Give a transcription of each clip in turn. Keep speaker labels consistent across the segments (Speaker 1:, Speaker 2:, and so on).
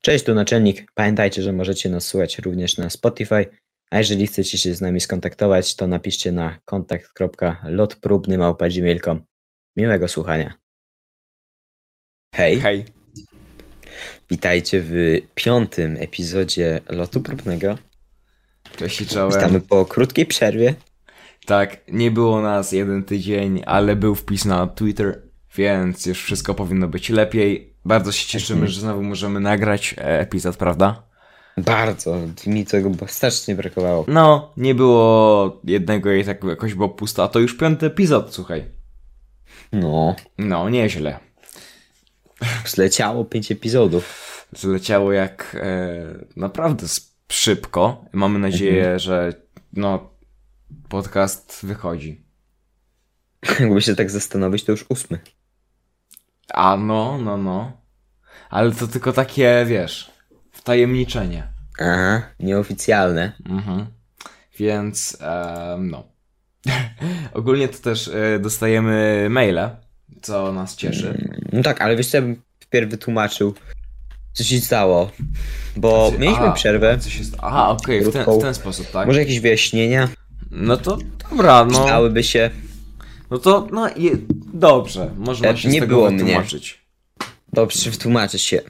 Speaker 1: Cześć, tu naczelnik. Pamiętajcie, że możecie nas słuchać również na Spotify, a jeżeli chcecie się z nami skontaktować, to napiszcie na kontakt.lotprobny.gmail.com. Miłego słuchania. Hej,
Speaker 2: Hej.
Speaker 1: witajcie w piątym epizodzie Lotu Próbnego.
Speaker 2: Cześć, czołem.
Speaker 1: Witamy po krótkiej przerwie.
Speaker 2: Tak, nie było nas jeden tydzień, ale był wpis na Twitter, więc już wszystko powinno być lepiej. Bardzo się cieszymy, że znowu możemy nagrać e, epizod, prawda?
Speaker 1: Bardzo, mi tego bo- strasznie brakowało.
Speaker 2: No, nie było jednego i tak jakoś było pusto, a to już piąty epizod, słuchaj.
Speaker 1: No,
Speaker 2: No, nieźle.
Speaker 1: zleciało pięć epizodów.
Speaker 2: Zleciało jak e, naprawdę s- szybko. Mamy nadzieję,
Speaker 1: Mhm.
Speaker 2: że no, podcast wychodzi.
Speaker 1: Jakby się tak zastanowić, to już ósmy.
Speaker 2: A no, no, no. Ale to tylko takie, wiesz, wtajemniczenie.
Speaker 1: Aha, nieoficjalne.
Speaker 2: Mhm. Więc, em, no. Ogólnie to też e, dostajemy maile, co nas cieszy.
Speaker 1: No tak, ale wiesz co, ja bym wpierw wytłumaczył, co się stało. Bo mieliśmy
Speaker 2: A,
Speaker 1: przerwę,
Speaker 2: Coś jest... Aha, okej, w, ten, w ten sposób, tak?
Speaker 1: może jakieś wyjaśnienia
Speaker 2: No to dobra, no.
Speaker 1: przydałyby się.
Speaker 2: No to, no, je... dobrze, można
Speaker 1: E,
Speaker 2: się
Speaker 1: nie
Speaker 2: z tego
Speaker 1: było mnie.
Speaker 2: wytłumaczyć.
Speaker 1: Dobrze, wytłumaczę się.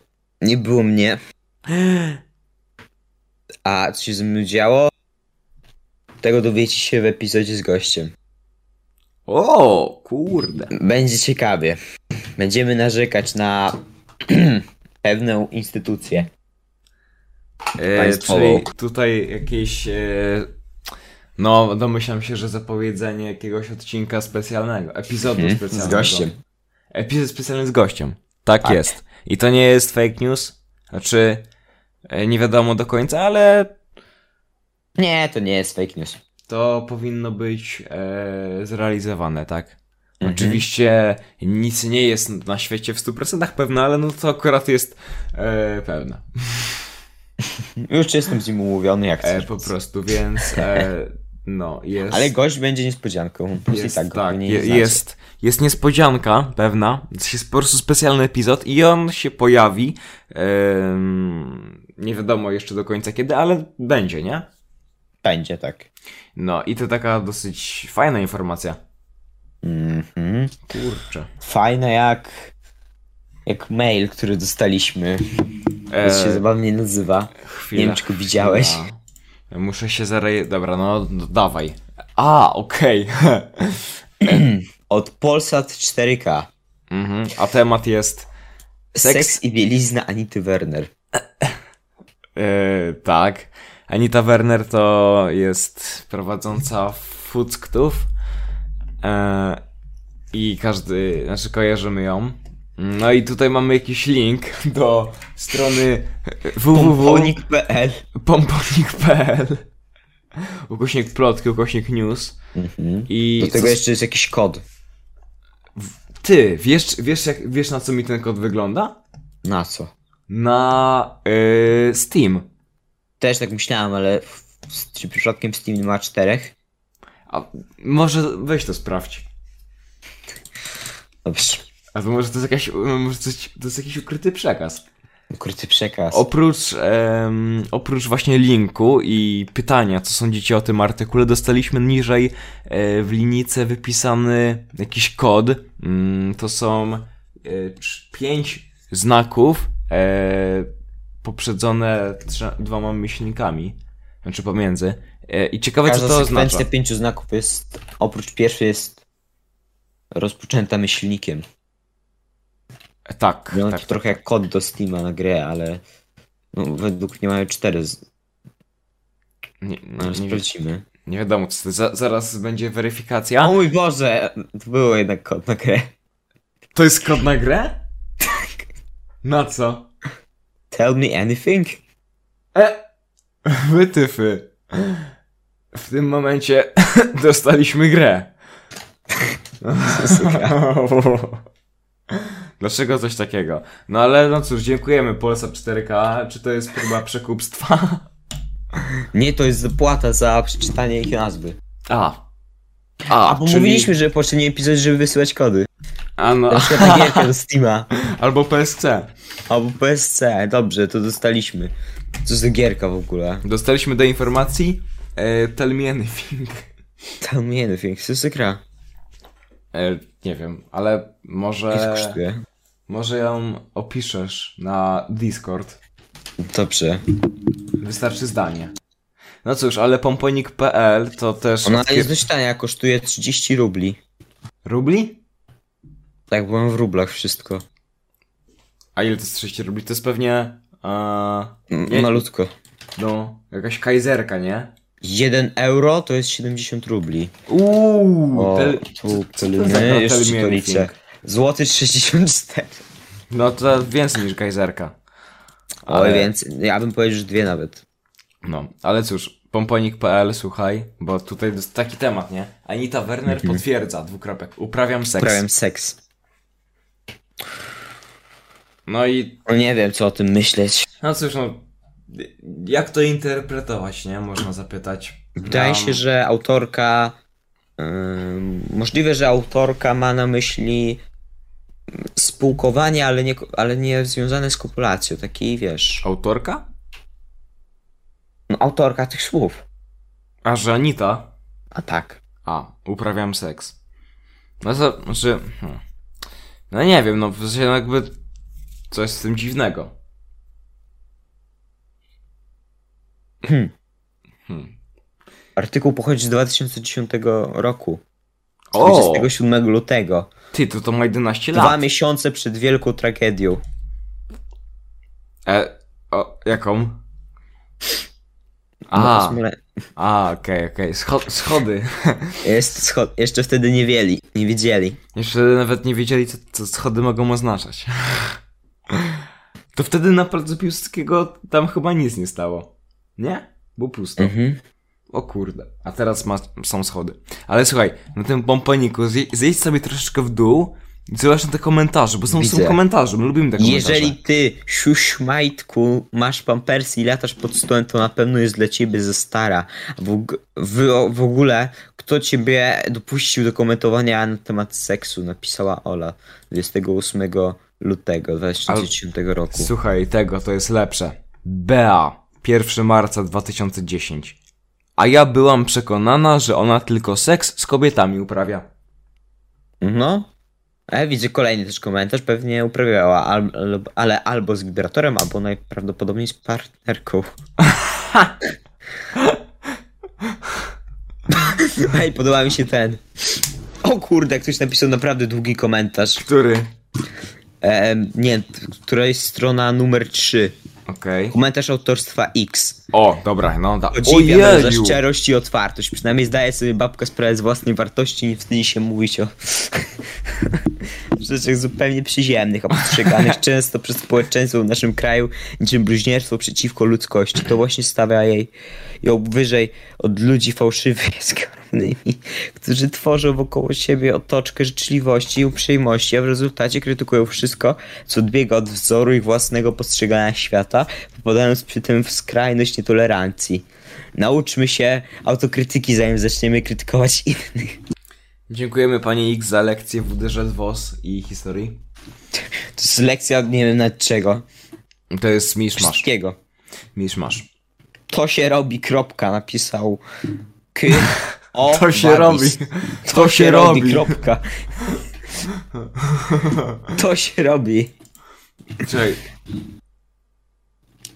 Speaker 1: Nie było mnie, a co się ze mną działo, tego dowiecie się w epizodzie z gościem.
Speaker 2: O, kurde.
Speaker 1: Będzie ciekawie. Będziemy narzekać na pewną instytucję.
Speaker 2: E,
Speaker 1: Państwową.
Speaker 2: czyli tutaj jakieś. E... No, domyślam się, że zapowiedzenie jakiegoś odcinka specjalnego, epizodu
Speaker 1: Mhm, z
Speaker 2: specjalnego.
Speaker 1: gościem.
Speaker 2: Epizod specjalny z gościem. Tak,
Speaker 1: Tak.
Speaker 2: jest. I to nie jest fake news. Znaczy, e, nie wiadomo do końca, ale
Speaker 1: Nie, to nie jest fake news.
Speaker 2: to powinno być e, zrealizowane, tak?
Speaker 1: Mhm.
Speaker 2: Oczywiście nic nie jest na świecie w 100% pewne, ale no to akurat jest e, pewne.
Speaker 1: Już jestem z nim umówiony, jak
Speaker 2: E,
Speaker 1: chcesz.
Speaker 2: po prostu, więc e, no, jest.
Speaker 1: Ale gość będzie niespodzianką. Po prostu i
Speaker 2: Jest,
Speaker 1: tak, go nie
Speaker 2: je-
Speaker 1: znacie.
Speaker 2: jest, jest niespodzianka pewna, to jest po prostu specjalny epizod i on się pojawi, em, nie wiadomo jeszcze do końca kiedy, ale będzie, nie?
Speaker 1: Będzie, tak.
Speaker 2: No i to taka dosyć fajna informacja.
Speaker 1: Mhm.
Speaker 2: Kurczę.
Speaker 1: Fajne jak. Jak mail, który dostaliśmy.
Speaker 2: E,
Speaker 1: To się zabawnie nazywa.
Speaker 2: chwila,
Speaker 1: nie wiem, czy go widziałeś.
Speaker 2: chwila. Muszę się zarejestrować. Dobra, no d- dawaj. A, okej.
Speaker 1: Od Polsat 4K.
Speaker 2: mhm. A temat jest...
Speaker 1: Seks,
Speaker 2: Seks-
Speaker 1: i bielizna Anity Werner.
Speaker 2: E, tak. Anita Werner to jest prowadząca Foodsktów. E, I każdy, znaczy kojarzymy ją. No i tutaj mamy jakiś link do strony
Speaker 1: Pomponik.pl
Speaker 2: www.pomponik.pl Ukośnik plotki, ukośnik news.
Speaker 1: mhm.
Speaker 2: I
Speaker 1: Do tego
Speaker 2: co-
Speaker 1: jeszcze jest jakiś kod.
Speaker 2: ty, wiesz, wiesz, jak, wiesz na co mi ten kod wygląda?
Speaker 1: Na co?
Speaker 2: Na e, Steam.
Speaker 1: Też tak myślałem, ale. w- Czy przypadkiem Steam nie ma czterech?
Speaker 2: A, może weź to sprawdź.
Speaker 1: Dobrze.
Speaker 2: A to może to jest, jakaś, no, może to jest, to jest jakiś ukryty przekaz.
Speaker 1: Ukryty przekaz.
Speaker 2: Oprócz, em, oprócz właśnie linku i pytania, co sądzicie o tym artykule, dostaliśmy niżej e, w linijce wypisany jakiś kod. Mm, to są e, cz- pięć znaków e, poprzedzone trze- dwoma myślnikami, znaczy pomiędzy. E, I ciekawe, co
Speaker 1: Każda
Speaker 2: to
Speaker 1: sekwencja
Speaker 2: oznacza.
Speaker 1: pięciu znaków jest. Oprócz pierwszej jest. Rozpoczęta myślnikiem.
Speaker 2: Tak,
Speaker 1: Wygląda
Speaker 2: tak,
Speaker 1: to trochę jak kod do Steama na grę, ale no, według mnie mają cztery, z...
Speaker 2: nie,
Speaker 1: ale
Speaker 2: nie, nie,
Speaker 1: sprawdzimy.
Speaker 2: nie wiadomo, co to, za, zaraz będzie weryfikacja.
Speaker 1: O mój Boże, to było jednak kod na grę.
Speaker 2: To jest kod na grę? Na co?
Speaker 1: Tell me anything?
Speaker 2: E! Wytyfy. W tym momencie dostaliśmy grę. Dlaczego coś takiego? No ale no cóż, dziękujemy Polsa 4K. Czy to jest próba przekupstwa?
Speaker 1: Nie, to jest zapłata za przeczytanie ich nazwy.
Speaker 2: A.
Speaker 1: A, bo mówiliśmy, że w poprzednim epizodzie, żeby wysyłać kody.
Speaker 2: A no,
Speaker 1: Na przykład na gierkę z Steama
Speaker 2: albo PSC.
Speaker 1: albo PSC. Dobrze, to dostaliśmy. Co za gierka w ogóle?
Speaker 2: Dostaliśmy do informacji e, Tell me anything.
Speaker 1: Tam nie wiem, co się gra.
Speaker 2: E, nie wiem, ale
Speaker 1: Ile
Speaker 2: może...
Speaker 1: kosztuje?
Speaker 2: Może ją opiszesz na Discord.
Speaker 1: Dobrze.
Speaker 2: Wystarczy zdanie. No cóż, ale pomponik.pl to też...
Speaker 1: Ona
Speaker 2: takie-
Speaker 1: jest dość tania, kosztuje 30 rubli.
Speaker 2: Rubli?
Speaker 1: Tak, byłem w rublach wszystko.
Speaker 2: A ile to jest 30 rubli? To jest pewnie... E,
Speaker 1: M-
Speaker 2: Nie.
Speaker 1: Malutko.
Speaker 2: no, jakaś kajzerka, nie?
Speaker 1: 1 euro to jest 70 rubli.
Speaker 2: Uuu,
Speaker 1: O,
Speaker 2: tel...
Speaker 1: tu
Speaker 2: co to za
Speaker 1: nie, jeszcze
Speaker 2: Tell
Speaker 1: ci
Speaker 2: Me
Speaker 1: to
Speaker 2: Anything?
Speaker 1: liczę. Złoty 64.
Speaker 2: No to więcej niż kajzerka.
Speaker 1: Ale więc ja bym powiedział, że dwie nawet.
Speaker 2: No, ale cóż, pomponik.pl, słuchaj, bo tutaj jest taki temat, nie? Anita Werner potwierdza, dwukropek, uprawiam seks.
Speaker 1: Mhm. Uprawiam seks.
Speaker 2: No i,
Speaker 1: No nie wiem, co o tym myśleć.
Speaker 2: no cóż, no, jak to interpretować, nie? Można zapytać.
Speaker 1: Wydaje
Speaker 2: Nam-
Speaker 1: się, że autorka. ym, możliwe, że autorka ma na myśli spółkowanie, ale nie, ale nie związane z kopulacją. Taki wiesz.
Speaker 2: Autorka?
Speaker 1: No, autorka tych słów.
Speaker 2: A, że Anita?
Speaker 1: A tak.
Speaker 2: A, uprawiam seks. No to, znaczy, hmm. no nie wiem, no w sensie no jakby coś z tym dziwnego.
Speaker 1: Hmm.
Speaker 2: Hmm.
Speaker 1: Artykuł pochodzi z 2010 roku.
Speaker 2: O,
Speaker 1: 27 lutego.
Speaker 2: ty, to to ma 11 lat.
Speaker 1: Dwa miesiące przed wielką tragedią.
Speaker 2: E, o, jaką?
Speaker 1: No,
Speaker 2: A,
Speaker 1: smole-
Speaker 2: a, okej, okej, Scho- schody.
Speaker 1: Jest scho- jeszcze wtedy nie wiedzieli. Nie wiedzieli.
Speaker 2: Jeszcze nawet nie wiedzieli, co, co schody mogą oznaczać. To wtedy na placu Piłsudskiego tam chyba nic nie stało. Nie? Było pusto.
Speaker 1: Mhm.
Speaker 2: O kurde. A teraz ma, są schody. Ale słuchaj, na tym pomponiku zje, zejdź sobie troszeczkę w dół i zobacz na te komentarze, bo są, są
Speaker 1: Widzę.
Speaker 2: komentarze, my lubimy te komentarze.
Speaker 1: Jeżeli ty, siuś majtku, masz pampersy i latasz pod stołem, to na pewno jest dla ciebie za stara. W, og- w, o- w ogóle, kto ciebie dopuścił do komentowania na temat seksu, napisała Ola 28 lutego 2010 roku.
Speaker 2: Słuchaj, tego to jest lepsze. Bea, 1 marca 2010. A ja byłam przekonana, że ona tylko seks z kobietami uprawia.
Speaker 1: No. E, widzę kolejny też komentarz, pewnie uprawiała, al, al, ale albo z vibratorem, albo najprawdopodobniej z partnerką. Ej, podoba mi się ten. O kurde, ktoś napisał naprawdę długi komentarz.
Speaker 2: Który?
Speaker 1: E, nie, t- która jest strona numer 3.
Speaker 2: Okej.
Speaker 1: Komentarz autorstwa X.
Speaker 2: O, dobra, no da.
Speaker 1: Podziwiam ją za
Speaker 2: Ojeju!
Speaker 1: szczerość i otwartość. Przynajmniej zdaje sobie babka sprawę z własnej wartości i nie wstydzi się mówić o rzeczach zupełnie przyziemnych, a postrzeganych często przez społeczeństwo w naszym kraju niczym bluźnierstwo przeciwko ludzkości. To właśnie stawia jej ją wyżej od ludzi fałszywych i skromnymi, którzy tworzą wokoło siebie otoczkę życzliwości i uprzejmości, a w rezultacie krytykują wszystko, co odbiega od wzoru ich własnego postrzegania świata, popadając przy tym w skrajność nietolerancji. Nauczmy się autokrytyki, zanim zaczniemy krytykować innych.
Speaker 2: Dziękujemy pani X za lekcję w uderze z WOS i historii.
Speaker 1: To jest lekcja, nie wiem nad czego.
Speaker 2: To jest misz masz.
Speaker 1: Wszystkiego.
Speaker 2: Misz masz.
Speaker 1: To się robi, kropka, napisał K. O,
Speaker 2: To się
Speaker 1: Babis.
Speaker 2: robi. To się robi.
Speaker 1: kropka. To się robi.
Speaker 2: Czekaj.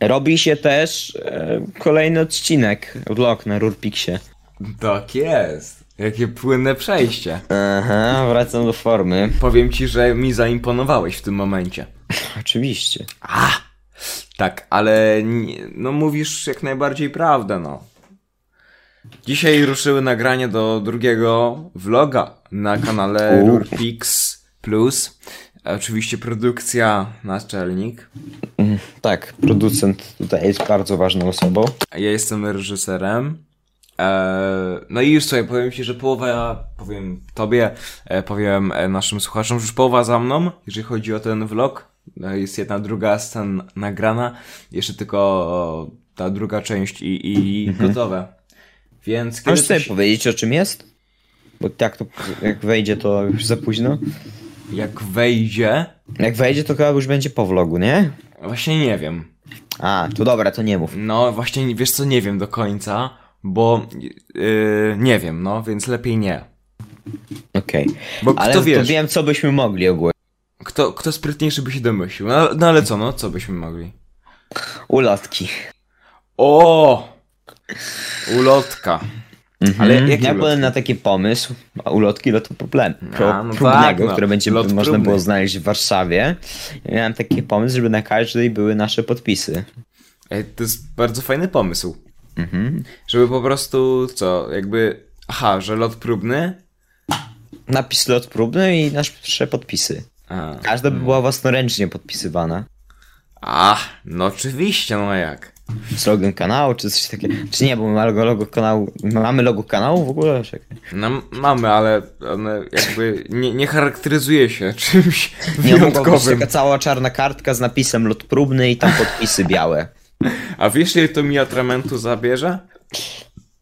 Speaker 1: Robi się też e, kolejny odcinek vlog na Rurpiksie.
Speaker 2: Tak jest. Jakie płynne przejście.
Speaker 1: Aha, wracam do formy.
Speaker 2: Powiem ci, że mi zaimponowałeś w tym momencie.
Speaker 1: Oczywiście.
Speaker 2: Tak, ale nie, no mówisz jak najbardziej prawdę, no. Dzisiaj ruszyły nagranie do drugiego vloga na kanale
Speaker 1: U.
Speaker 2: Rurpix Plus. Oczywiście produkcja naczelnik.
Speaker 1: Tak, producent tutaj jest bardzo ważną osobą.
Speaker 2: Ja jestem reżyserem. Eee, no i już słuchaj, powiem ci, że połowa, powiem tobie, e, powiem e, naszym słuchaczom, że już połowa za mną, jeżeli chodzi o ten vlog. No, jest jedna druga scena nagrana, jeszcze tylko ta druga część i, i
Speaker 1: Mhm.
Speaker 2: gotowe. Więc kiedy
Speaker 1: Możesz sobie
Speaker 2: coś...
Speaker 1: powiedzieć o czym jest? Bo tak to jak wejdzie to już za późno.
Speaker 2: jak wejdzie,
Speaker 1: Jak wejdzie, to chyba już będzie po vlogu, nie?
Speaker 2: właśnie nie wiem.
Speaker 1: A, to dobra, to nie mów.
Speaker 2: No właśnie, wiesz co, nie wiem do końca, bo yy, nie wiem, no, więc lepiej nie.
Speaker 1: Okej.
Speaker 2: Bo
Speaker 1: Ale
Speaker 2: kto
Speaker 1: to
Speaker 2: wie,
Speaker 1: wiem, co byśmy mogli ogólnie.
Speaker 2: kto, kto sprytniejszy by się domyślił. No, no ale co, no, co byśmy mogli?
Speaker 1: Ulotki.
Speaker 2: O! Ulotka. Ale
Speaker 1: Mhm.
Speaker 2: jakie
Speaker 1: ja byłem
Speaker 2: ulotki?
Speaker 1: na taki pomysł, a ulotki lotu problem, pro,
Speaker 2: A, no
Speaker 1: próbnego,
Speaker 2: tak, no.
Speaker 1: które będzie
Speaker 2: Lot
Speaker 1: można
Speaker 2: próbny.
Speaker 1: było znaleźć w Warszawie. Ja miałem taki pomysł, żeby na każdej były nasze podpisy.
Speaker 2: Ej, to jest bardzo fajny pomysł.
Speaker 1: Mhm.
Speaker 2: Żeby po prostu, co, jakby... Aha, że lot próbny?
Speaker 1: Napis lot próbny i nasze podpisy.
Speaker 2: A,
Speaker 1: Każda by
Speaker 2: Mm.
Speaker 1: była własnoręcznie podpisywana.
Speaker 2: A no oczywiście, no jak?
Speaker 1: Z logiem kanału, czy coś takiego. Czy nie, bo mamy logo, logo kanału. Mamy logo kanału w ogóle? Czekaj.
Speaker 2: No m- mamy, ale one jakby nie, nie charakteryzuje się czymś
Speaker 1: Nie, mogła być
Speaker 2: wyjątkowym.
Speaker 1: taka cała czarna kartka z napisem lot próbny i tam podpisy białe.
Speaker 2: A wiesz, ile to mi atramentu zabierze?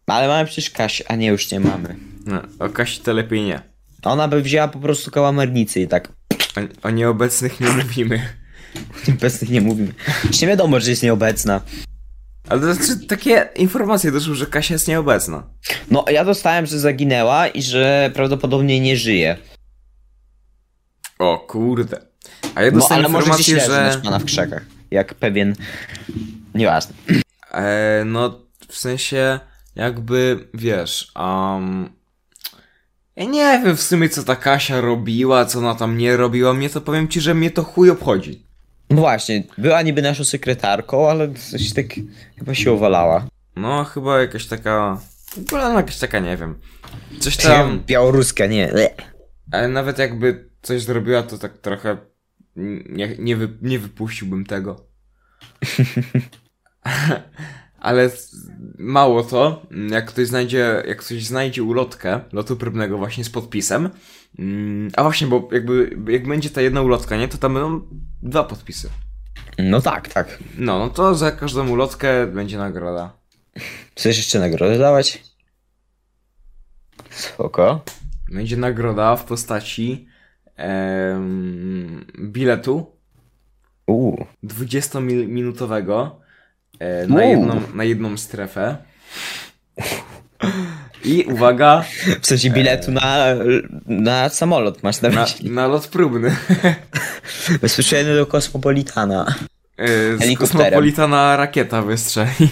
Speaker 1: Ale mamy przecież Kasię, a nie, już nie mamy.
Speaker 2: No, o Kasi to lepiej nie.
Speaker 1: Ona by wzięła po prostu kałamarnicę i tak
Speaker 2: O, o nieobecnych nie mówimy.
Speaker 1: Obecnych nie mówimy. Już nie wiadomo, że jest nieobecna.
Speaker 2: Ale to znaczy, takie informacje doszły, że Kasia jest nieobecna.
Speaker 1: No, ja dostałem, że zaginęła i że prawdopodobnie nie żyje.
Speaker 2: O kurde. A ja
Speaker 1: No,
Speaker 2: dostałem
Speaker 1: ale może gdzieś
Speaker 2: informację,
Speaker 1: leży no.
Speaker 2: że...
Speaker 1: że... pana w krzakach. Jak pewien... Nieważne.
Speaker 2: E, no, w sensie, jakby, wiesz, um, ja nie wiem w sumie, co ta Kasia robiła, co ona tam nie robiła, mnie to, powiem ci, że mnie to chuj obchodzi.
Speaker 1: No właśnie, była niby naszą sekretarką, ale coś tak... Chyba się uwalała.
Speaker 2: No, chyba jakaś taka, w ogóle no, jakaś taka, nie wiem, coś
Speaker 1: Tam...
Speaker 2: tam,
Speaker 1: Białoruska, nie. Le.
Speaker 2: ale nawet jakby coś zrobiła, to tak trochę nie, nie, wy, nie wypuściłbym tego. Ale s- mało to, jak ktoś znajdzie, jak ktoś znajdzie ulotkę lotu prywnego właśnie z podpisem, mm, a właśnie, bo jakby, jak będzie ta jedna ulotka, nie, to tam będą dwa podpisy.
Speaker 1: No tak, tak.
Speaker 2: No, no to za każdą ulotkę będzie nagroda.
Speaker 1: Chcesz jeszcze nagrodę dawać? Spoko.
Speaker 2: Będzie nagroda w postaci em, biletu
Speaker 1: Uuu.
Speaker 2: 20-minutowego e, na,
Speaker 1: Wow.
Speaker 2: jedną, na jedną strefę. I uwaga,
Speaker 1: W sensie biletu na, na samolot masz na
Speaker 2: na,
Speaker 1: myśli.
Speaker 2: na lot próbny.
Speaker 1: Słyszałem do Kosmopolitana.
Speaker 2: E, Z
Speaker 1: Helikopterem.
Speaker 2: kosmopolitana rakieta wystrzeli.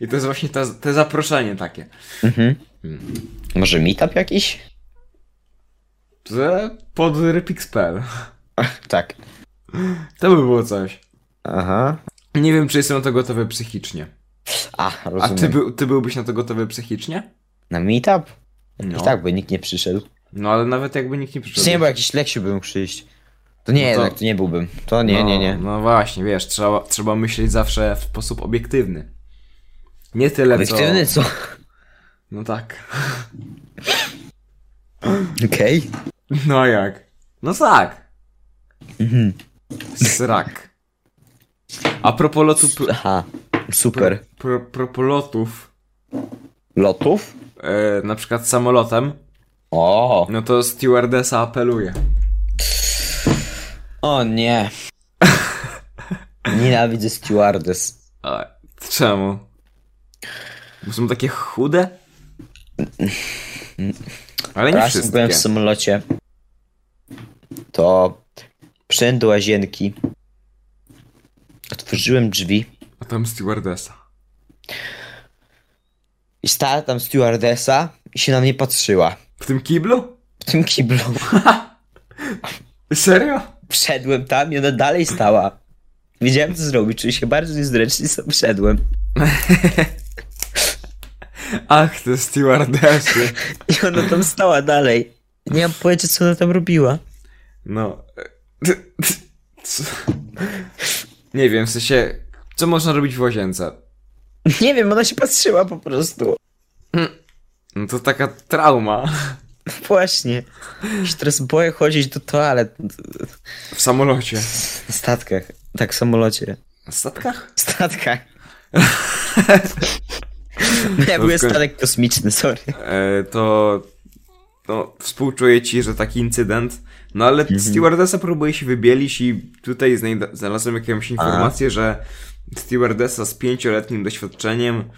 Speaker 2: I to jest właśnie ta, te zaproszenie takie.
Speaker 1: Mhm. Może meetup jakiś?
Speaker 2: Że Pod Rypix.pl.
Speaker 1: Tak.
Speaker 2: To by było coś.
Speaker 1: Aha.
Speaker 2: Nie wiem, czy jestem na to gotowy psychicznie.
Speaker 1: A,
Speaker 2: A
Speaker 1: rozumiem.
Speaker 2: ty, by, ty byłbyś na to gotowy psychicznie?
Speaker 1: Na meetup?
Speaker 2: No.
Speaker 1: I tak, by nikt nie przyszedł.
Speaker 2: No ale nawet jakby nikt nie
Speaker 1: Czy
Speaker 2: przyszedł.
Speaker 1: nie, bo jakiś Leksiu bym mógł przyjść. To nie,
Speaker 2: No to-
Speaker 1: jednak to nie byłbym. To nie,
Speaker 2: no,
Speaker 1: nie, nie.
Speaker 2: No właśnie, wiesz, trzeba, trzeba myśleć zawsze w sposób obiektywny. Nie tyle
Speaker 1: Obiektywny,
Speaker 2: co...
Speaker 1: co?
Speaker 2: No tak.
Speaker 1: Okej.
Speaker 2: No jak? No tak.
Speaker 1: Mhm.
Speaker 2: Srak. A propos lotu... Pr-
Speaker 1: Aha. Super.
Speaker 2: pro, propos lotów,
Speaker 1: Lotów?
Speaker 2: e, na przykład samolotem,
Speaker 1: O.
Speaker 2: no to stewardesa apeluje.
Speaker 1: O nie. Nienawidzę stewardess.
Speaker 2: A czemu? Bo są takie chude? Ale nie
Speaker 1: Raz byłem w
Speaker 2: wszystkie.
Speaker 1: samolocie. To wszedłem do łazienki. Otworzyłem drzwi.
Speaker 2: A tam stewardesa.
Speaker 1: I stała tam stewardesa i się na mnie patrzyła.
Speaker 2: W tym kiblu?
Speaker 1: W tym kiblu.
Speaker 2: Serio?
Speaker 1: Wszedłem tam i ona dalej stała. Wiedziałem co zrobić, czyli się bardzo niezręcznie sam wszedłem.
Speaker 2: Ach, te stewardesy.
Speaker 1: I ona tam stała dalej. Nie mam pojęcia co ona tam robiła.
Speaker 2: No. Co? Nie wiem, w sensie, co można robić w łazience?
Speaker 1: Nie wiem, ona się patrzyła po prostu.
Speaker 2: No to taka trauma.
Speaker 1: Właśnie. Ja Się teraz boję chodzić do toalet
Speaker 2: W samolocie.
Speaker 1: na statkach. Tak, w samolocie.
Speaker 2: Na statkach?
Speaker 1: W statkach. Nie, był
Speaker 2: w końcu- Tak.
Speaker 1: statek kosmiczny, sorry.
Speaker 2: E, to no, współczuję ci, że taki incydent. No ale stewardessa próbuje się wybielić i tutaj znajda- znalazłem jakąś informację, że stewardessa z pięcioletnim doświadczeniem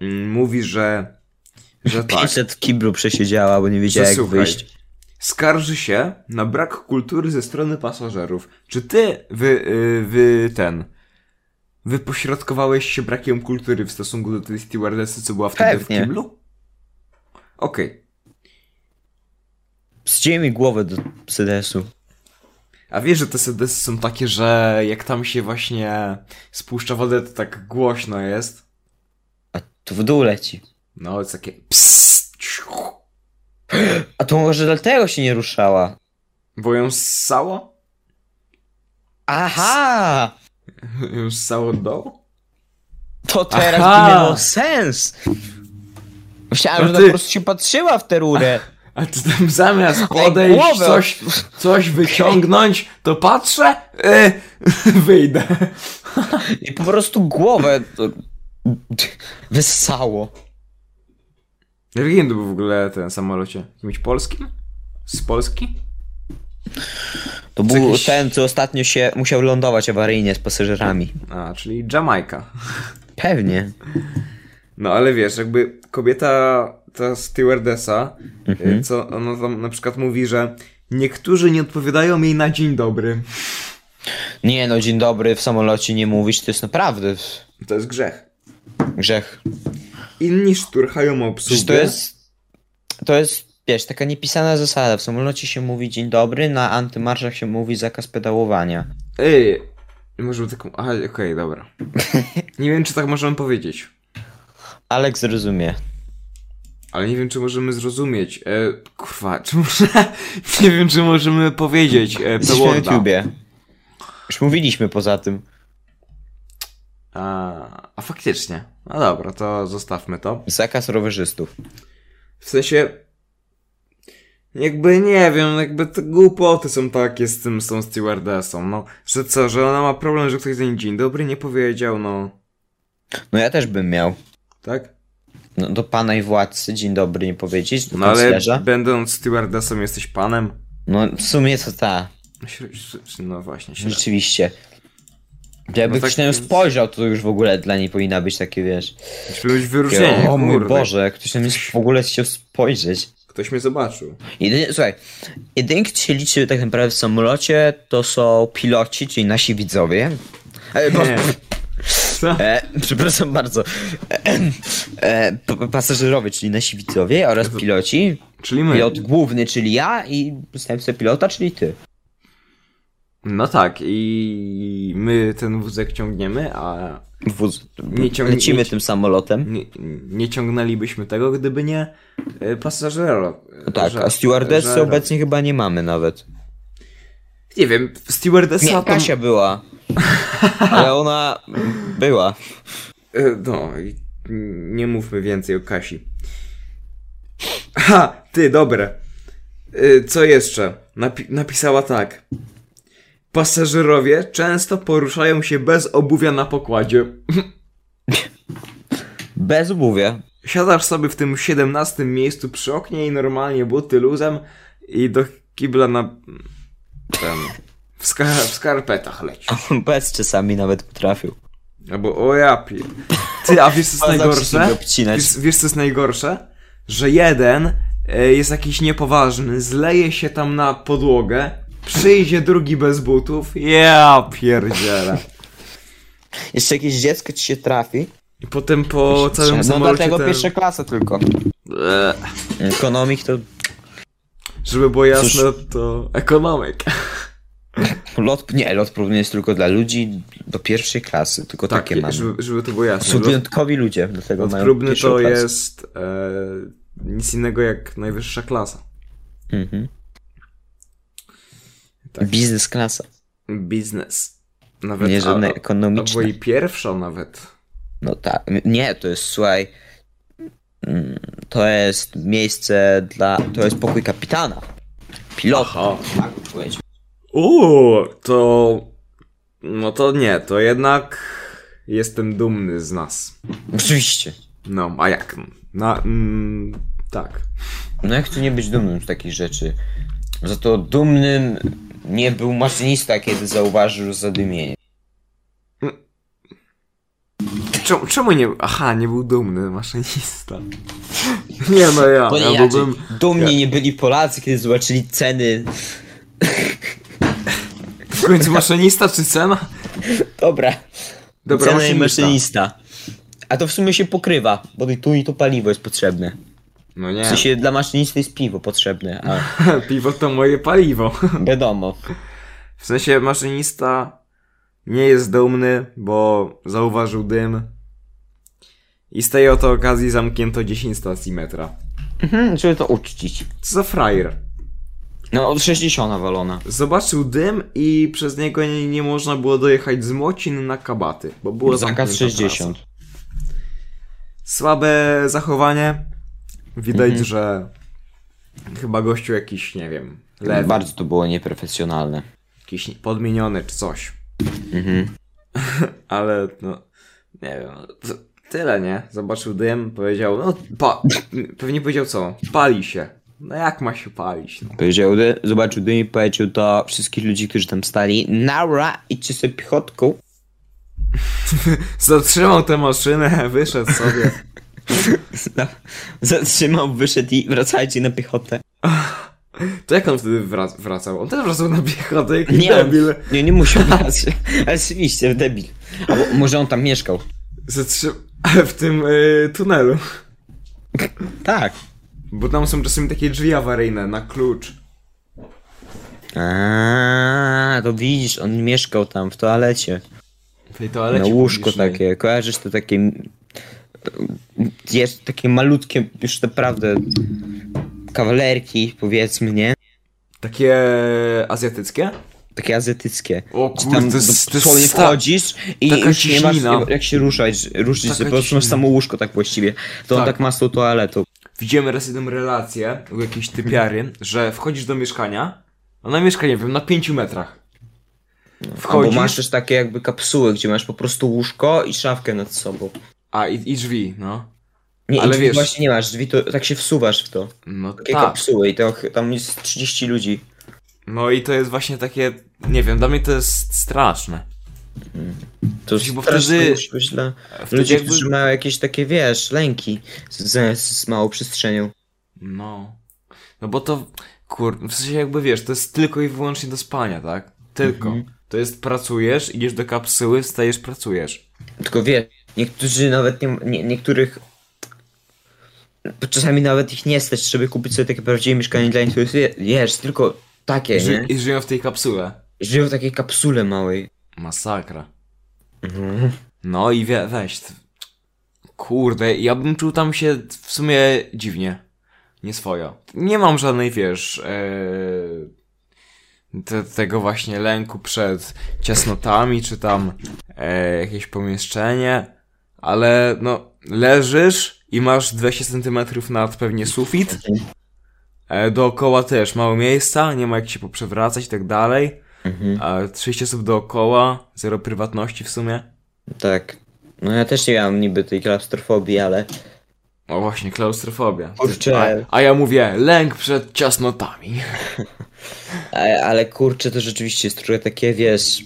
Speaker 2: mm, mówi, że, że tak,
Speaker 1: 500 w kibru przesiedziała, bo nie wiedziała
Speaker 2: że
Speaker 1: jak
Speaker 2: słuchaj,
Speaker 1: wyjść.
Speaker 2: skarży się na brak kultury ze strony pasażerów. Czy ty, wy, y, wy ten, wypośrodkowałeś się brakiem kultury w stosunku do tej stewardessy, co była wtedy
Speaker 1: Pewnie.
Speaker 2: w kiblu? Okej.
Speaker 1: Zcięli mi głowę do CDS-u.
Speaker 2: A wiesz, że te sedesy są takie, że jak tam się właśnie spuszcza wodę, to tak głośno jest.
Speaker 1: A to w dół leci.
Speaker 2: No, jest takie psst, ciu.
Speaker 1: A to może dlatego się nie ruszała.
Speaker 2: Bo ją ssało?
Speaker 1: Aha!
Speaker 2: Ją ssało od dołu?
Speaker 1: To teraz
Speaker 2: Aha!
Speaker 1: by miało sens! Myślałem,
Speaker 2: To
Speaker 1: że
Speaker 2: No
Speaker 1: ona
Speaker 2: ty-
Speaker 1: po prostu się patrzyła w tę rurę.
Speaker 2: A ty tam zamiast podejść,
Speaker 1: głowę
Speaker 2: coś, coś wyciągnąć, to patrzę, e, wyjdę.
Speaker 1: I po prostu głowę to... wyssało.
Speaker 2: Jakim to był w ogóle ten samolocie? Jakimś polskim? Z Polski?
Speaker 1: To był
Speaker 2: jakiś-
Speaker 1: ten, co ostatnio się musiał lądować awaryjnie z pasażerami.
Speaker 2: A, czyli Jamajka.
Speaker 1: Pewnie.
Speaker 2: No ale wiesz, jakby kobieta, ta stewardessa,
Speaker 1: Mhm.
Speaker 2: y, co ona tam na przykład mówi, że niektórzy nie odpowiadają jej na dzień dobry.
Speaker 1: Nie no, dzień dobry, w samolocie nie mówić, to jest naprawdę
Speaker 2: To jest grzech.
Speaker 1: grzech.
Speaker 2: Inni szturchają obsługę.
Speaker 1: Przecież to jest... To jest, wiesz, taka niepisana zasada. W samolocie się mówi dzień dobry, na antymarszach się mówi zakaz pedałowania.
Speaker 2: Ej, możemy taką... Aha, okej, dobra. Nie wiem, czy tak możemy powiedzieć.
Speaker 1: Aleks rozumie.
Speaker 2: Ale nie wiem, czy możemy zrozumieć. E, kurwa, czy może... nie wiem, czy możemy powiedzieć. E,
Speaker 1: Jesteśmy na
Speaker 2: pełonda.
Speaker 1: YouTubie. Już mówiliśmy poza tym.
Speaker 2: A, a faktycznie. No dobra, to zostawmy to.
Speaker 1: Zakaz rowerzystów.
Speaker 2: W sensie. Jakby nie wiem, jakby te głupoty są takie z tym, z tą stewardessą, no. Że co, że ona ma problem, że ktoś za niej dzień dobry nie powiedział, no.
Speaker 1: No ja też bym miał.
Speaker 2: Tak?
Speaker 1: No, do pana i władcy dzień dobry nie powiedzieć, do
Speaker 2: No ale
Speaker 1: kanclerza.
Speaker 2: będąc stewardessą jesteś panem?
Speaker 1: No w sumie to ta,
Speaker 2: Śre- śre- No właśnie, śre-
Speaker 1: rzeczywiście. To jakby
Speaker 2: No tak
Speaker 1: ktoś na nią
Speaker 2: jest.
Speaker 1: spojrzał, to już w ogóle dla niej powinna być takie, wiesz...
Speaker 2: Musi być wyróżnienie,
Speaker 1: Takie, o mój
Speaker 2: kurde.
Speaker 1: Boże, jak ktoś na mnie w ogóle chciał spojrzeć.
Speaker 2: Ktoś mnie zobaczył.
Speaker 1: Jedynie, słuchaj, jedynie kto się liczy tak naprawdę w samolocie, to są piloci, czyli nasi widzowie. E, bo,
Speaker 2: Nie. Co?
Speaker 1: E, przepraszam bardzo. E, e, p- pasażerowie, czyli nasi widzowie oraz piloci.
Speaker 2: Czyli my.
Speaker 1: Pilot główny, czyli ja i zastępca pilota, czyli ty.
Speaker 2: No tak, i my ten wózek ciągniemy, a
Speaker 1: Wóz.
Speaker 2: Nie ciągnij-
Speaker 1: Lecimy
Speaker 2: nie-
Speaker 1: tym samolotem.
Speaker 2: nie, nie ciągnęlibyśmy tego, gdyby nie e, pasażera.
Speaker 1: No tak,
Speaker 2: że-
Speaker 1: a stewardessy
Speaker 2: że-
Speaker 1: obecnie chyba nie mamy nawet.
Speaker 2: Nie wiem, stewardessa
Speaker 1: Nie,
Speaker 2: tam...
Speaker 1: Kasia była. Ale ona była.
Speaker 2: E, No, i nie mówmy więcej o Kasi. Ha, ty, dobre. E, Co jeszcze? Napi- napisała tak. Pasażerowie często poruszają się bez obuwia na pokładzie.
Speaker 1: Bez obuwia.
Speaker 2: Siadasz sobie w tym 17 miejscu przy oknie i normalnie buty luzem i do kibla na... Ten, w, ska- w skarpetach lecisz.
Speaker 1: Bez czasami nawet potrafił.
Speaker 2: Albo o ja pie... Ty, a wiesz co jest
Speaker 1: Poza
Speaker 2: najgorsze?
Speaker 1: wszystkim obcinać.
Speaker 2: Wiesz, wiesz co jest najgorsze? Że jeden e, jest jakiś niepoważny, zleje się tam na podłogę, przyjdzie drugi bez butów, ja pierdzielę.
Speaker 1: Jeszcze jakieś dziecko ci się trafi.
Speaker 2: I potem po całym
Speaker 1: no
Speaker 2: samolocie
Speaker 1: dlatego
Speaker 2: ten,
Speaker 1: pierwsza klasa tylko.
Speaker 2: e,
Speaker 1: Ekonomik to
Speaker 2: Żeby było jasne, to ekonomik.
Speaker 1: Lot, nie, lot próbny jest tylko dla ludzi do pierwszej klasy, tylko
Speaker 2: Tak,
Speaker 1: takie mamy.
Speaker 2: żeby, żeby to było jasne.
Speaker 1: Są wyjątkowi ludzie, dlatego
Speaker 2: Lot
Speaker 1: mają
Speaker 2: próbny
Speaker 1: pierwszą
Speaker 2: to
Speaker 1: klasę.
Speaker 2: jest e, nic innego jak najwyższa klasa.
Speaker 1: Mhm.
Speaker 2: Tak.
Speaker 1: Biznes klasa,
Speaker 2: Biznes. Nawet
Speaker 1: nie żadne
Speaker 2: a-
Speaker 1: ekonomiczne.
Speaker 2: Albo i pierwsza nawet.
Speaker 1: No tak, nie, to jest, słuchaj, mm, to jest miejsce dla, to jest pokój kapitana, pilota,
Speaker 2: Aha.
Speaker 1: tak bym powiedział.
Speaker 2: Uuu, to. No to nie, to jednak jestem dumny z nas.
Speaker 1: Oczywiście.
Speaker 2: No, a jak? Na, mm, Tak.
Speaker 1: No ja chcę nie być dumnym z takich rzeczy. Za to dumnym nie był maszynista, kiedy zauważył zadymienie.
Speaker 2: Czemu, czemu nie... Aha, nie był dumny maszynista. Nie no ja,
Speaker 1: Bo
Speaker 2: ja
Speaker 1: inaczej,
Speaker 2: byłbym...
Speaker 1: Dumni nie byli Polacy, kiedy zobaczyli ceny.
Speaker 2: W końcu maszynista czy cena?
Speaker 1: Dobra,
Speaker 2: Dobra,
Speaker 1: cena i
Speaker 2: maszynista.
Speaker 1: maszynista. A to w sumie się pokrywa, bo i tu i tu paliwo jest potrzebne.
Speaker 2: No
Speaker 1: W
Speaker 2: nie,
Speaker 1: sensie dla maszynisty jest piwo potrzebne, a
Speaker 2: piwo to moje paliwo.
Speaker 1: wiadomo.
Speaker 2: W sensie maszynista nie jest dumny, bo zauważył dym. I z tej oto okazji zamknięto 10 stacji metra.
Speaker 1: Mhm, żeby to uczcić.
Speaker 2: Co za frajer.
Speaker 1: No, od 60 walona.
Speaker 2: Zobaczył dym i przez niego nie, nie można było dojechać z Młocin na Kabaty, bo było
Speaker 1: Zakaz
Speaker 2: zamknięta
Speaker 1: 60.
Speaker 2: Trasa. Słabe zachowanie. Widać, że chyba gościu jakiś, nie wiem, lewy,
Speaker 1: Bardzo to było nieprofesjonalne.
Speaker 2: jakiś podmieniony czy coś.
Speaker 1: Mhm.
Speaker 2: Ale no, nie wiem, no, to tyle, nie? Zobaczył dym, powiedział, no pa, pewnie powiedział co? Pali się. No jak ma się palić? No.
Speaker 1: Powiedział, dy- zobaczył dym i powiedział do wszystkich ludzi, którzy tam stali. Nara, idźcie sobie piechotką.
Speaker 2: Zatrzymał tę maszynę, wyszedł sobie.
Speaker 1: Zatrzymał, wyszedł i wracajcie na piechotę.
Speaker 2: To jak on wtedy wrac- wracał? On też wracał na piechotę, jaki
Speaker 1: Nie,
Speaker 2: debil.
Speaker 1: on, nie, nie musiał wracać. Ale Oczywiście, debil. Albo może on tam mieszkał.
Speaker 2: Zatrzymał w tym y, tunelu.
Speaker 1: Tak.
Speaker 2: Bo tam są czasem takie drzwi awaryjne na klucz.
Speaker 1: A, to widzisz, on mieszkał tam w toalecie.
Speaker 2: W tej toalecie
Speaker 1: na łóżko
Speaker 2: publicznej.
Speaker 1: takie, kojarzysz to takie... Jest takie malutkie, już naprawdę kawalerki, powiedzmy, nie?
Speaker 2: Takie e, azjatyckie?
Speaker 1: Takie azjatyckie.
Speaker 2: O
Speaker 1: Gdzie tam
Speaker 2: kurde, to jest, to
Speaker 1: dosłownie
Speaker 2: jest sta-
Speaker 1: wchodzisz i
Speaker 2: taka
Speaker 1: już nie masz
Speaker 2: ciśnina.
Speaker 1: jak się ruszać, ruszyć,
Speaker 2: Taka
Speaker 1: że po prostu masz
Speaker 2: ciśnina.
Speaker 1: samo łóżko tak właściwie. To on
Speaker 2: Tak.
Speaker 1: tak ma z tą toaletą.
Speaker 2: Widziałem raz jedną relację u jakiejś typiary, że wchodzisz do mieszkania, ona mieszka, nie wiem, na 5 metrach.
Speaker 1: Albo
Speaker 2: Wchodzisz,
Speaker 1: No, masz też takie jakby kapsuły, gdzie masz po prostu łóżko i szafkę nad sobą.
Speaker 2: a i, i drzwi, no.
Speaker 1: Nie,
Speaker 2: Ale
Speaker 1: Ale
Speaker 2: wiesz-
Speaker 1: wiesz... właśnie nie masz, drzwi to tak się wsuwasz w to.
Speaker 2: No
Speaker 1: Takie
Speaker 2: tak.
Speaker 1: kapsuły i to, ch- tam jest 30 ludzi.
Speaker 2: No i to jest właśnie takie, nie wiem, dla mnie to jest straszne.
Speaker 1: To
Speaker 2: Bo
Speaker 1: bo
Speaker 2: wtedy-
Speaker 1: wtedy być dla ludzi,
Speaker 2: jakby-
Speaker 1: którzy mają jakieś takie, wiesz, lęki z, z, z małą przestrzenią.
Speaker 2: No. No bo to, kur... w sensie jakby wiesz, to jest tylko i wyłącznie do spania, tak? Tylko.
Speaker 1: Mhm.
Speaker 2: To jest pracujesz, idziesz do kapsuły, wstajesz, pracujesz.
Speaker 1: Tylko wiesz, niektórzy nawet nie, nie niektórych czasami nawet ich nie stać, żeby kupić sobie takie prawdziwe mieszkanie dla nich, to jest, wiesz, tylko takie,
Speaker 2: I, ży-
Speaker 1: nie?
Speaker 2: I żyją w tej kapsule.
Speaker 1: Żyją w takiej kapsule małej.
Speaker 2: Masakra. No i wie, weź. t- Kurde, ja bym czuł tam się w sumie dziwnie. Nieswojo. Nie mam żadnej, wiesz, e, te, tego właśnie lęku przed ciasnotami, czy tam e, jakieś pomieszczenie, ale no, leżysz i masz 20 cm nad pewnie sufit. E, dookoła też mało miejsca, nie ma jak się poprzewracać i tak dalej. A 30 osób dookoła, zero prywatności w sumie.
Speaker 1: Tak. No ja też nie miałem niby tej klaustrofobii, ale
Speaker 2: O No właśnie, klaustrofobia.
Speaker 1: Kurczę.
Speaker 2: A, a ja mówię, lęk przed ciasnotami.
Speaker 1: ale, ale kurczę, to rzeczywiście jest trochę takie, wiesz,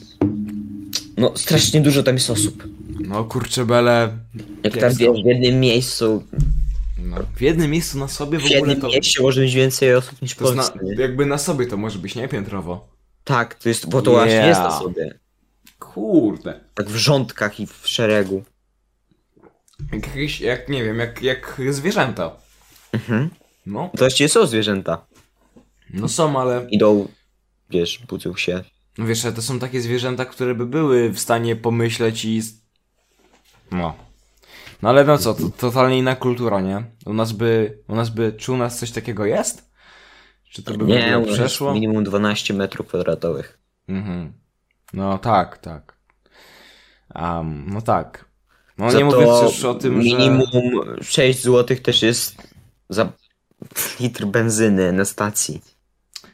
Speaker 1: no strasznie dużo tam jest osób.
Speaker 2: No kurczę bele.
Speaker 1: Jak tam
Speaker 2: Kiepsko.
Speaker 1: wiesz, w jednym miejscu
Speaker 2: No, w jednym miejscu na sobie w
Speaker 1: W
Speaker 2: ogóle
Speaker 1: jednym
Speaker 2: to...
Speaker 1: mieście może być więcej osób niż
Speaker 2: to
Speaker 1: Polsce.
Speaker 2: zna, jakby na sobie to może być, nie? Piętrowo.
Speaker 1: Tak, to jest, bo to właśnie
Speaker 2: Yeah.
Speaker 1: jest na sobie.
Speaker 2: Kurde.
Speaker 1: Tak w rządkach i w szeregu.
Speaker 2: Jak jakieś, jak nie wiem, jak, jak zwierzęta.
Speaker 1: Mhm.
Speaker 2: No,
Speaker 1: To właściwie są zwierzęta.
Speaker 2: no są, ale...
Speaker 1: Idą, wiesz, budzą się.
Speaker 2: No wiesz, ale to są takie zwierzęta, które by były w stanie pomyśleć i... s- No. No ale no co, to totalnie inna kultura, nie? U nas by... U nas by... Czy u nas coś takiego jest? Czy to by w
Speaker 1: Nie,
Speaker 2: ogóle
Speaker 1: u nas
Speaker 2: przeszło?
Speaker 1: minimum 12 metrów kwadratowych.
Speaker 2: Mhm. No tak, tak. Am, no tak. No
Speaker 1: Za to
Speaker 2: nie mówiąc już o tym, że...
Speaker 1: Minimum 6 zł też jest za litr benzyny na stacji.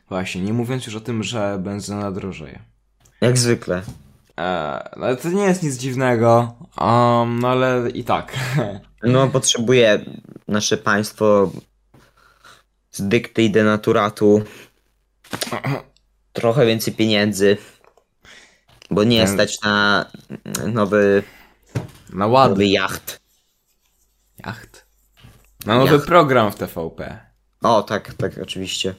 Speaker 2: Właśnie, nie mówiąc już o tym, że benzyna drożeje.
Speaker 1: Jak zwykle.
Speaker 2: E, no ale to nie jest nic dziwnego, Am, no ale i tak.
Speaker 1: No, potrzebuje nasze państwo z dykty i denaturatu trochę więcej pieniędzy, bo nie
Speaker 2: Ten-
Speaker 1: stać na nowy,
Speaker 2: Na ładny
Speaker 1: nowy jacht.
Speaker 2: jacht. Na nowy
Speaker 1: Jacht.
Speaker 2: program w TVP.
Speaker 1: O, tak, tak, oczywiście.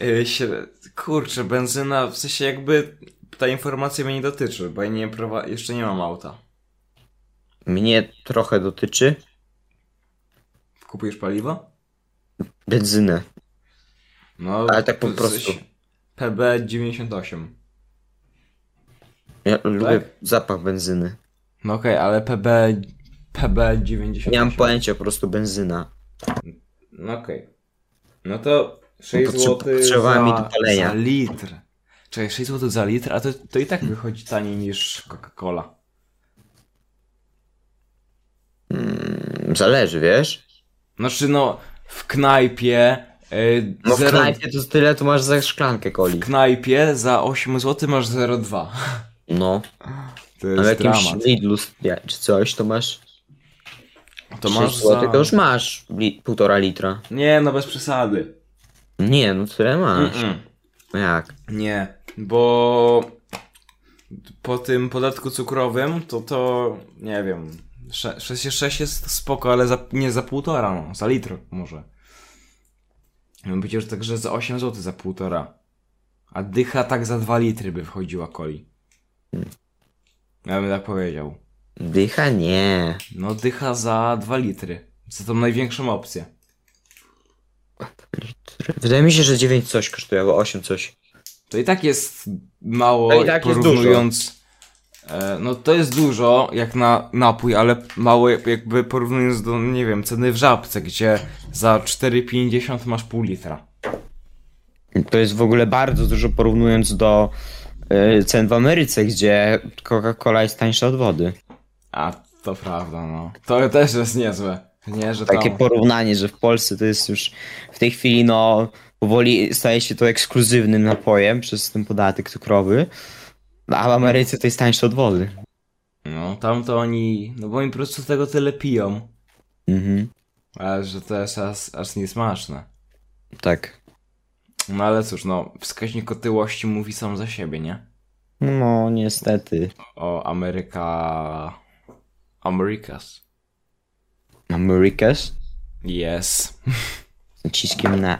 Speaker 2: Yy, się- Kurczę, benzyna, w sensie jakby ta informacja mnie nie dotyczy, bo ja nie prowa- jeszcze nie mam auta.
Speaker 1: Mnie trochę dotyczy
Speaker 2: Kupujesz paliwo?
Speaker 1: benzynę.
Speaker 2: No,
Speaker 1: Ale tak po
Speaker 2: to w
Speaker 1: prostu.
Speaker 2: sensie PB98.
Speaker 1: Ja lubię zapach benzyny.
Speaker 2: No okej, ale PB... PB98.
Speaker 1: Nie mam pojęcia, po prostu benzyna.
Speaker 2: No okej. No to 6
Speaker 1: Potrze-
Speaker 2: zł
Speaker 1: potrzebowałem mi do
Speaker 2: za,
Speaker 1: palenia.
Speaker 2: za litr. Czekaj, 6 zł za litr, a to, to i tak wychodzi taniej niż Coca-Cola.
Speaker 1: Zależy, wiesz?
Speaker 2: Znaczy no, w knajpie... Yy,
Speaker 1: No w
Speaker 2: zero-
Speaker 1: knajpie to tyle, to masz za szklankę coli.
Speaker 2: w knajpie za 8 zł masz 0,2.
Speaker 1: No,
Speaker 2: To
Speaker 1: ale
Speaker 2: jest
Speaker 1: jakimś
Speaker 2: dramat.
Speaker 1: Lidlu czy coś, to masz
Speaker 2: To
Speaker 1: 6
Speaker 2: masz
Speaker 1: zł,
Speaker 2: za...
Speaker 1: to już masz li- półtora litra.
Speaker 2: Nie, no bez przesady.
Speaker 1: Nie, no tyle masz.
Speaker 2: Mm-mm.
Speaker 1: No Jak?
Speaker 2: Nie, bo po tym podatku cukrowym to to, nie wiem, 6,6 jest spoko, ale za, nie za półtora, no, za litr może. No być może także za 8 zł za półtora. A dycha tak za 2 litry by wchodziła coli. Ja bym tak powiedział.
Speaker 1: Dycha nie.
Speaker 2: No dycha za 2 litry. Za tą największą opcję.
Speaker 1: Wydaje mi się, że 9 coś kosztuje, albo 8 coś.
Speaker 2: To i tak jest mało,
Speaker 1: To i tak jest
Speaker 2: porównując. E, No to jest dużo jak na napój, ale mało jakby porównując do, nie wiem, ceny w żabce, gdzie za 4,50 masz pół litra.
Speaker 1: To jest w ogóle bardzo dużo porównując do y, cen w Ameryce, gdzie Coca-Cola jest tańsza od wody.
Speaker 2: A to prawda, no. To też jest niezłe. Nie, że
Speaker 1: Takie
Speaker 2: tam...
Speaker 1: porównanie, że w Polsce to jest już w tej chwili, no, powoli staje się to ekskluzywnym napojem przez ten podatek cukrowy, a w Ameryce to jest tańsze od wody.
Speaker 2: No, tam to oni... No bo oni po prostu tego tyle piją.
Speaker 1: Mhm,
Speaker 2: Ale że to jest aż, aż niesmaczne.
Speaker 1: tak.
Speaker 2: No ale cóż, no, wskaźnik otyłości mówi sam za siebie, nie?
Speaker 1: No, niestety.
Speaker 2: O Ameryka... Americas.
Speaker 1: Americas?
Speaker 2: Yes.
Speaker 1: Z naciskiem na.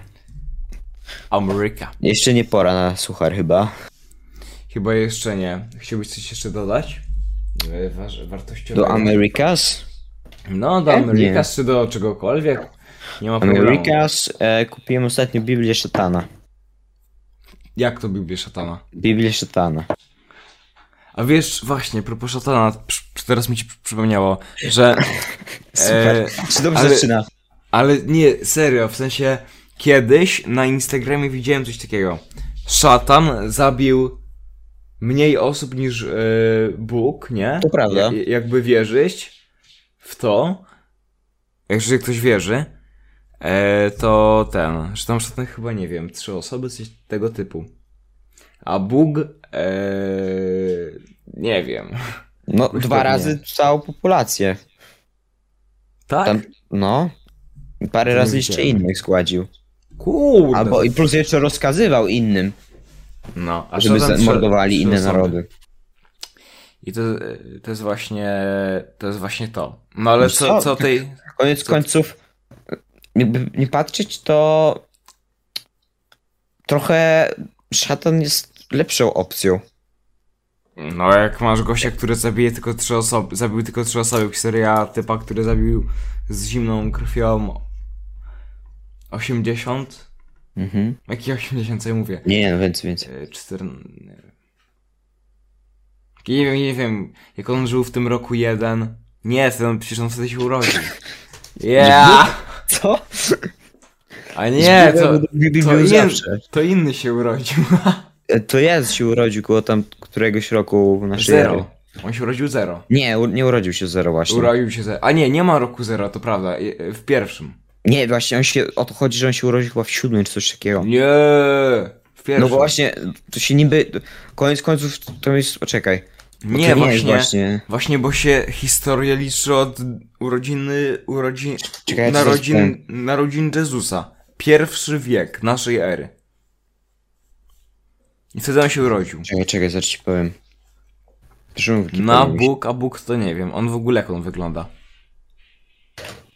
Speaker 2: Ameryka.
Speaker 1: Jeszcze nie pora na suchar chyba.
Speaker 2: Chyba jeszcze nie. Chciałbyś coś jeszcze dodać? Yy, Waż, wartościowe.
Speaker 1: Do Americas?
Speaker 2: No, do
Speaker 1: Pewnie.
Speaker 2: Ameryka czy do czegokolwiek. Nie ma problemu.
Speaker 1: Americas e, kupiłem ostatnio Biblię Szatana.
Speaker 2: Jak to Biblię szatana?
Speaker 1: Biblię Szatana.
Speaker 2: A wiesz, właśnie, propos szatana, przy- przy- teraz mi się przy- przypomniało, że...
Speaker 1: Super. Czy dobrze
Speaker 2: E, ale-
Speaker 1: zaczyna?
Speaker 2: Ale nie, serio, w sensie kiedyś na Instagramie widziałem coś takiego. Szatan zabił mniej osób niż e, Bóg, nie?
Speaker 1: To prawda.
Speaker 2: Ja- jakby wierzyć w to, jak jeżeli ktoś wierzy, e, to ten, że tam szatan chyba, nie wiem, trzy osoby, coś tego typu. A Bóg, e, nie wiem.
Speaker 1: No,
Speaker 2: Jakoś
Speaker 1: dwa
Speaker 2: tak nie.
Speaker 1: razy całą populację.
Speaker 2: Tak?
Speaker 1: Tam, no. I Parę
Speaker 2: To
Speaker 1: razy
Speaker 2: nie
Speaker 1: jeszcze
Speaker 2: widziałem.
Speaker 1: innych składził.
Speaker 2: Kurde.
Speaker 1: Albo i plus jeszcze rozkazywał innym,
Speaker 2: no, a
Speaker 1: żeby
Speaker 2: szatan trzy-
Speaker 1: zamordowali
Speaker 2: trzy
Speaker 1: inne
Speaker 2: osoby.
Speaker 1: narody.
Speaker 2: I to, to jest właśnie to jest właśnie to. No ale
Speaker 1: Wiesz
Speaker 2: co,
Speaker 1: co?
Speaker 2: co tej.
Speaker 1: Koniec końców, jakby nie patrzeć, to trochę szatan jest lepszą opcją.
Speaker 2: No jak masz gościa, który zabije tylko trzy osoby, zabił tylko trzy osoby, historia typa, który zabił z zimną krwią 80?
Speaker 1: Mhm.
Speaker 2: Jakie 80 co ja mówię?
Speaker 1: Nie, no więcej, więcej.
Speaker 2: E, 14. nie wiem. Nie wiem, nie wiem, jak on żył w tym roku jeden. Nie, ten, przecież on wtedy się urodził. Yeah!
Speaker 1: Co?
Speaker 2: A nie, to, to, in,
Speaker 1: zawsze.
Speaker 2: to inny się urodził.
Speaker 1: To Jezus się urodził koło tam któregoś roku naszej ery.
Speaker 2: Zero. On się urodził zero.
Speaker 1: Nie, u- nie urodził się zero właśnie.
Speaker 2: Urodził się zero. A nie, nie ma roku zero, to prawda. i- e, W pierwszym.
Speaker 1: Nie, właśnie on się, o to chodzi, że on się urodził chyba w siódmym czy coś takiego.
Speaker 2: Nie. W pierwszym.
Speaker 1: No bo właśnie, to się niby, koniec końców, to jest, poczekaj,
Speaker 2: Nie,
Speaker 1: to nie
Speaker 2: właśnie,
Speaker 1: jest
Speaker 2: właśnie.
Speaker 1: właśnie.
Speaker 2: bo się historia liczy od urodziny, urodzin,
Speaker 1: Czekaj, ja ci coś
Speaker 2: narodzin, narodzin Jezusa. Pierwszy wiek naszej ery. I wtedy on się urodził.
Speaker 1: Czekaj, czekaj, zaraz ci powiem. Proszę mów, kiedy
Speaker 2: Na
Speaker 1: pojawił się.
Speaker 2: Bóg, a Bóg to nie wiem. On w ogóle jak on wygląda?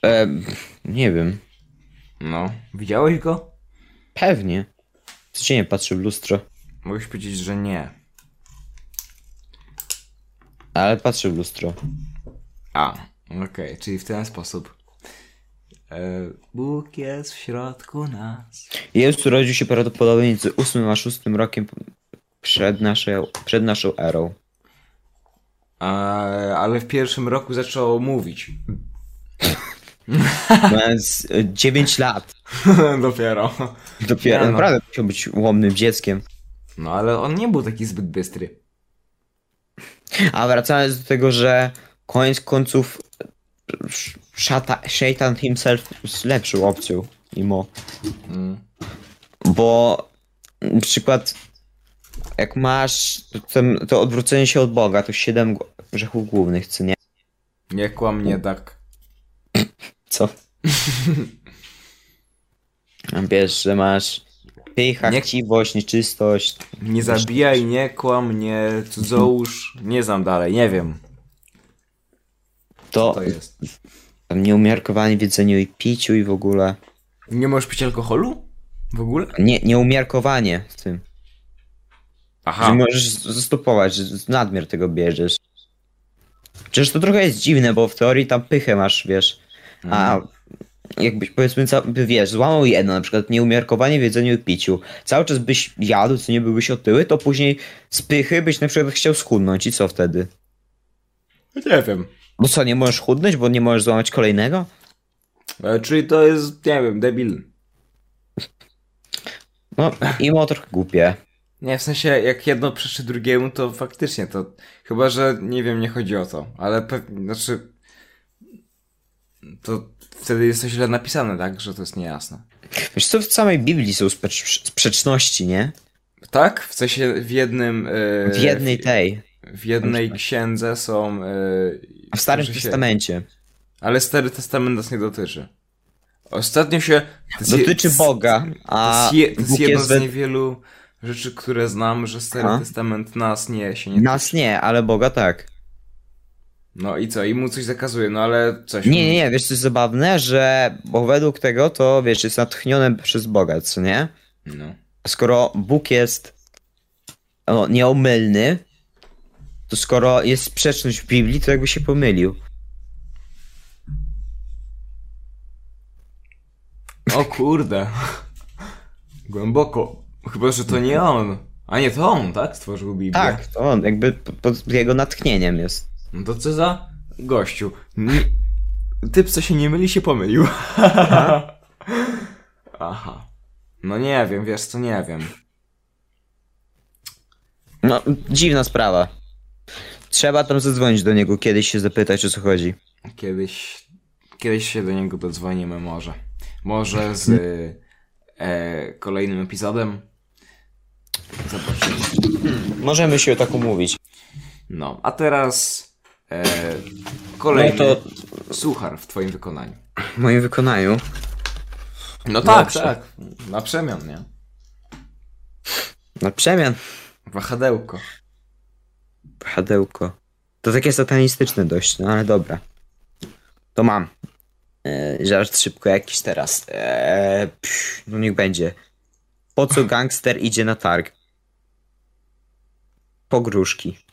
Speaker 1: E, nie wiem.
Speaker 2: No. Widziałeś go?
Speaker 1: Pewnie. Codziennie patrzę w lustro.
Speaker 2: Mogłeś powiedzieć, że nie.
Speaker 1: Ale patrzę w lustro.
Speaker 2: A, okej, czyli w ten sposób. E, Bóg jest w środku nas.
Speaker 1: Jezus urodził się prawdopodobnie między 8 a 6 rokiem przed naszą, przed naszą erą.
Speaker 2: A, E, ale w pierwszym roku zaczął mówić.
Speaker 1: Mając e, 9 lat.
Speaker 2: Dopiero.
Speaker 1: Dopiero
Speaker 2: Nie no.
Speaker 1: naprawdę musiał być łomnym dzieckiem.
Speaker 2: No ale on nie był taki zbyt bystry.
Speaker 1: A wracając do tego, że koniec końców sz- szata, Shaitan himself jest lepszą opcją. Mimo.
Speaker 2: Mm.
Speaker 1: Bo na przykład jak masz to, ten- to odwrócenie się od Boga, to 7 grzechów głównych, co nie?
Speaker 2: Nie kłam, nie tak.
Speaker 1: Co? A Wiesz, że masz pycha,
Speaker 2: Nie-
Speaker 1: chciwość, nieczystość.
Speaker 2: Nie zabijaj, nie kłam, nie cudzołóż. Nie znam dalej, nie wiem.
Speaker 1: To,
Speaker 2: To jest.
Speaker 1: tam nieumiarkowanie w jedzeniu i piciu i w ogóle.
Speaker 2: Nie możesz pić alkoholu? W ogóle?
Speaker 1: Nie, nieumiarkowanie w tym.
Speaker 2: Aha.
Speaker 1: Że możesz z- zastopować, że z- nadmiar tego bierzesz. Przecież to trochę jest dziwne, bo w teorii tam pychę masz, wiesz.
Speaker 2: Mhm.
Speaker 1: A jakbyś powiedzmy, ca- by, wiesz, złamał jedno, na przykład nieumiarkowanie w jedzeniu i piciu. Cały czas byś jadł, co nie byłbyś otyły, to później z pychy byś na przykład chciał schudnąć i co wtedy?
Speaker 2: Nie wiem.
Speaker 1: Bo co, nie możesz chudnąć, bo nie możesz złamać kolejnego?
Speaker 2: E, Czyli to jest, nie wiem, debil.
Speaker 1: No, i ma trochę głupie.
Speaker 2: Nie, w sensie jak jedno przeczy drugiemu, to faktycznie to. Chyba, że nie wiem, nie chodzi o to, ale pewnie, znaczy. To wtedy jest to źle napisane, tak? Że to jest niejasne.
Speaker 1: Wiesz co, w samej Biblii są sprzecz- sprzeczności, nie?
Speaker 2: Tak? W sensie w jednym. e,
Speaker 1: W jednej tej,
Speaker 2: W jednej księdze są. e,
Speaker 1: a w Starym
Speaker 2: że się-
Speaker 1: Testamencie.
Speaker 2: Ale Stary Testament nas nie dotyczy. Ostatnio się. to jest je-
Speaker 1: Dotyczy Boga,
Speaker 2: To
Speaker 1: a
Speaker 2: jest, je, to jest
Speaker 1: Bóg
Speaker 2: jedno
Speaker 1: jest
Speaker 2: z
Speaker 1: we...
Speaker 2: niewielu rzeczy, które znam, że Stary
Speaker 1: Aha.
Speaker 2: Testament nas nie się nie.
Speaker 1: Nas nie, ale Boga tak.
Speaker 2: No i co? I mu coś zakazuje, no ale coś.
Speaker 1: Nie, nie, nie, wiesz co jest zabawne, że bo według tego to wiesz, jest natchnione przez Boga, co nie?
Speaker 2: No.
Speaker 1: Skoro Bóg jest o, nieomylny, to skoro jest sprzeczność w Biblii, to jakby się pomylił.
Speaker 2: O kurde. Głęboko. Chyba, że to nie on. A nie, to on, tak? Stworzył Biblię.
Speaker 1: Tak, to on jakby pod- pod jego natchnieniem jest.
Speaker 2: No to co za gościu? Nie... Typ, co się nie myli, się pomylił. Aha. No nie wiem, wiesz co, nie wiem.
Speaker 1: No, dziwna sprawa. Trzeba tam zadzwonić do niego kiedyś się zapytać o co chodzi.
Speaker 2: Kiedyś, kiedyś się do niego dodzwonimy może. Może z e, kolejnym epizodem. Zobaczymy.
Speaker 1: Możemy się tak umówić.
Speaker 2: No, a teraz e, kolejny
Speaker 1: No
Speaker 2: suchar w twoim wykonaniu.
Speaker 1: W moim wykonaniu.
Speaker 2: No tak,
Speaker 1: Dobrze.
Speaker 2: tak. Na przemian, nie?
Speaker 1: Na przemian.
Speaker 2: Wahadełko.
Speaker 1: Hadełko. To takie satanistyczne dość, no ale dobra. To mam. Eee, żart szybko jakiś teraz. Eee, psz, no niech będzie. Po co gangster idzie na targ? Po gruszki.